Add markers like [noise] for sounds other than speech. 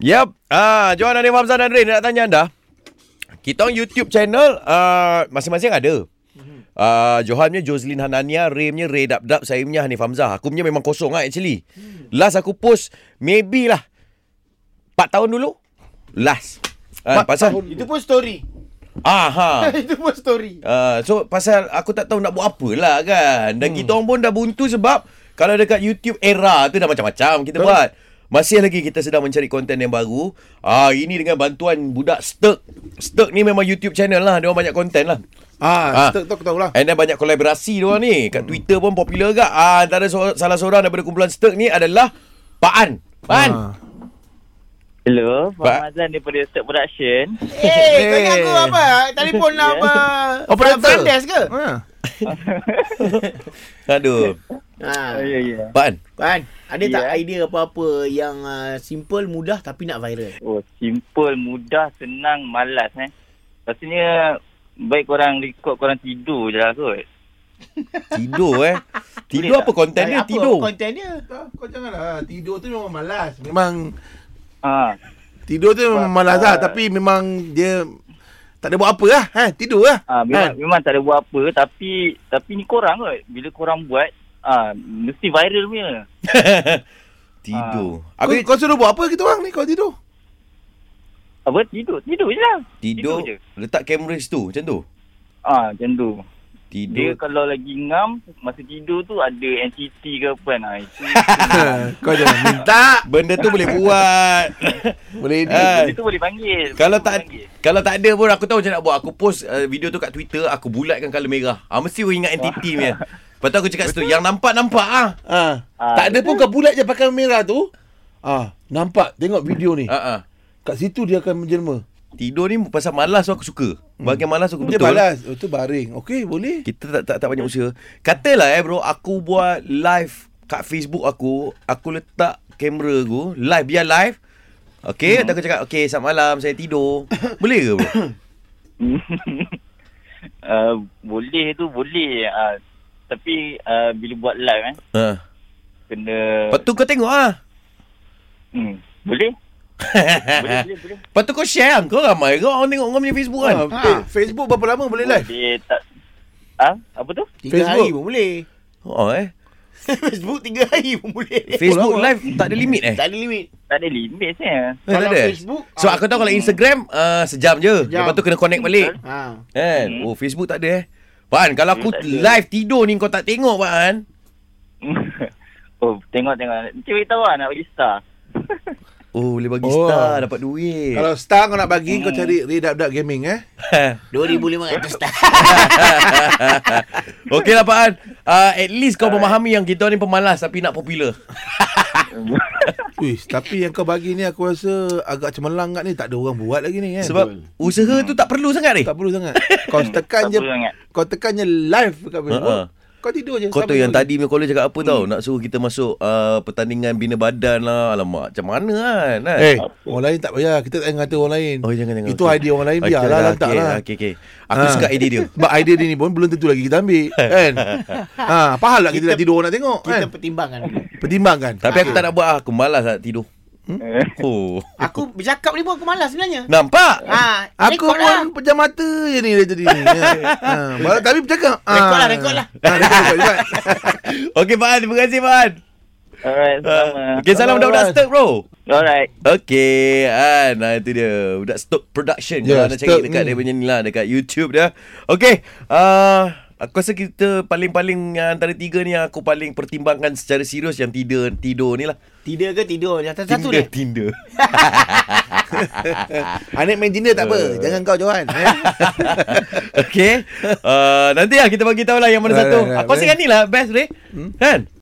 Yep. Ah, Johan Arif Hamzah dan Rin nak tanya anda. Kita orang YouTube channel uh, masing-masing ada. Mhm. Uh, Johan punya Jocelyn Hanania Ray punya Ray Dab Dab Saya punya Hanif Hamzah Aku punya memang kosong lah actually Hmm. Last aku post Maybe lah 4 tahun dulu Last uh, Empat Pasal tahun. Itu pun story. [laughs] Ah. Aha [laughs] Itu pun story. Uh, so pasal aku tak tahu nak buat apa lah kan Dan hmm. kita orang pun dah buntu sebab Kalau dekat YouTube era tu dah macam-macam kita Betul. buat Masih lagi kita sedang mencari konten yang baru Ah Ini dengan bantuan budak Sturk Sturk ni memang YouTube channel lah Dia orang banyak konten lah Ah. Ah, ah. tu aku tahu lah. Hmm. And then banyak kolaborasi dia orang ni Kat Twitter pun popular gak ah, Antara so- salah seorang daripada kumpulan Sturk ni adalah Pak An Pak An Ah. Hello, Ba- Muhammad Azlan daripada State Production. Eh, hey, tanya aku apa? Telefon lah apa? Operator. Brandes ke? Oh, Ah. Aduh Ah. Ha. Oh, ya, ya. Pak An Kan? Ada tak Yeah. idea apa-apa yang uh, simple, mudah tapi nak viral? Oh, simple, mudah, senang, malas eh. Rasanya baik korang record korang tidur je lah kot. Tidur eh Tidur Boleh apa konten Ay, dia apa tidur konten dia? Tak, Kau janganlah tidur tu memang malas. Memang Ha. tidur tu memang malas lah tapi memang dia tak ada buat apa lah. Ha, tidur lah. ha Kan? memang, memang tak ada buat apa tapi tapi ni korang kot. Bila korang buat, ah ha, mesti viral punya. [laughs] Tidur Kau, Habis kau suruh buat apa kita orang ni kau [laughs] tidur? Apa tidur, tidur je lah. Tidur, Tidur je. Letak kamera situ Macam tu Ah, ha, macam tu. Dia Tidur kalau lagi ngam, masa tidur tu ada NCT ke apa kan. Ha, [laughs] itu, Ha, kau jangan minta. Benda tu boleh buat Boleh ni. Ah. itu boleh panggil. Kalau Boleh tak panggil. Kalau tak ada pun Aku tahu macam nak buat Aku post uh, video tu kat Twitter Aku bulatkan colour merah ah, Mesti aku ingat entiti punya Lepas tu aku cakap situ Yang nampak-nampak ah. Ha. Ah. Tak ada pun kau bulat je pakai merah tu. Ah, nampak tengok video ni. Ah, ah. Kat situ dia akan menjelma. Tidur ni pasal malas tu aku suka Bahagian malas aku Dia betul balas. Oh, tu baring. Okey, boleh. Kita tak, tak, tak banyak usaha Katalah eh bro Aku buat live Kat Facebook aku Aku letak kamera aku Live Biar live Okay hmm. Aku cakap Okay selamat malam Saya tidur [coughs] Boleh ke bro? [laughs] uh, boleh tu boleh uh, tapi uh, bila buat live eh ha. kena Lepas tu kau tengok ah. hmm, boleh Eh, boleh boleh boleh [laughs] Lepas tu kau share lah. Kau ramai ke orang tengok kau punya Facebook kan Ah, Ha, eh, Facebook berapa lama boleh live? boleh tak ah apa tu Tiga Facebook. hari pun boleh. [laughs] Oh eh Facebook tiga hari pun boleh. Facebook live tak ada limit eh Tak ada limit. tak ada limit saya Eh, tak Kalau ada eh? Facebook, So ah, aku tahu kalau Instagram uh, Sejam je Sejam. Lepas tu kena connect balik Ha. Kan Hmm. Oh Facebook tak ada eh Pan kalau aku Hmm, tak ada. live tidur ni kau tak tengok Pan [laughs] oh tengok tengok nanti beritahu lah nak bagi star Oh boleh bagi Oh. star Dapat duit Kalau star kau nak bagi kau Hmm. cari Redap Dap Gaming eh. 2,500 tak. [laughs] Okey lah Pan uh, At least kau memahami Yang kita ni pemalas Tapi nak popular Wih, tapi yang kau bagi ni aku rasa agak cemerlang kat ni tak ada orang buat lagi ni kan. Sebab Usaha tu tak perlu sangat ni tak perlu sangat. [laughs] Kau tekan tak je perlu sangat kau tekan je live dekat Facebook. Ha, Kau tidur je. Kau tu sambil yang boleh. tadi punya caller cakap apa tau Hmm. Nak suruh kita masuk uh, Pertandingan bina badan lah Alamak Macam mana kan, kan? Eh, orang lain tak payah. Kita tak payah kata orang lain. Oh jangan jangan Itu okey. idea orang lain Okey, biarlah okey, letak lah. Okey okey Aku Ha. suka idea [laughs] dia Sebab idea dia ni pun belum tentu lagi kita [laughs] ambil kan. ha, faham lah kita, Kita- nak tidur orang nak tengok Kita kan. pertimbangkan. [laughs] Pertimbangkan. Ha. Tapi aku tak nak buat lah. Aku malas nak tidur Hmm? Oh [laughs] Aku bercakap ni pun aku malas sebenarnya. Nampak Ha, Eh. Aku rekod pun lah. pejam mata je ni dia tadi ni. [laughs] ha. ha. Baru tapi bercakap. Ha. Rekod lah, rekod lah. Ha, rekod, rekod, rekod. [laughs] Okey Pak An Terima kasih Pak An [laughs] alright sama Uh, Ah, Okey salam Sama, budak-budak Pak An. Sturk bro alright Okey An ah, Itu dia Budak Sturk Production Ya, yeah, Kalau nak cari Sturk dekat ni. dia punya ni lah Dekat YouTube dia Okey Ah, Aku rasa kita paling-paling ah, antara tiga ni yang aku paling pertimbangkan secara serius yang tidur tidur ni lah. Tidur ke tidur? Yang atas satu Tinder, ni. Tinder. [laughs] Anik main Tinder tak apa. Jangan kau Johan. Eh? [laughs] okay. Uh, nanti lah kita bagi tahu lah yang mana Right, satu. right, right. Hmm? Aku rasa kan ni lah best, Ray. Kan?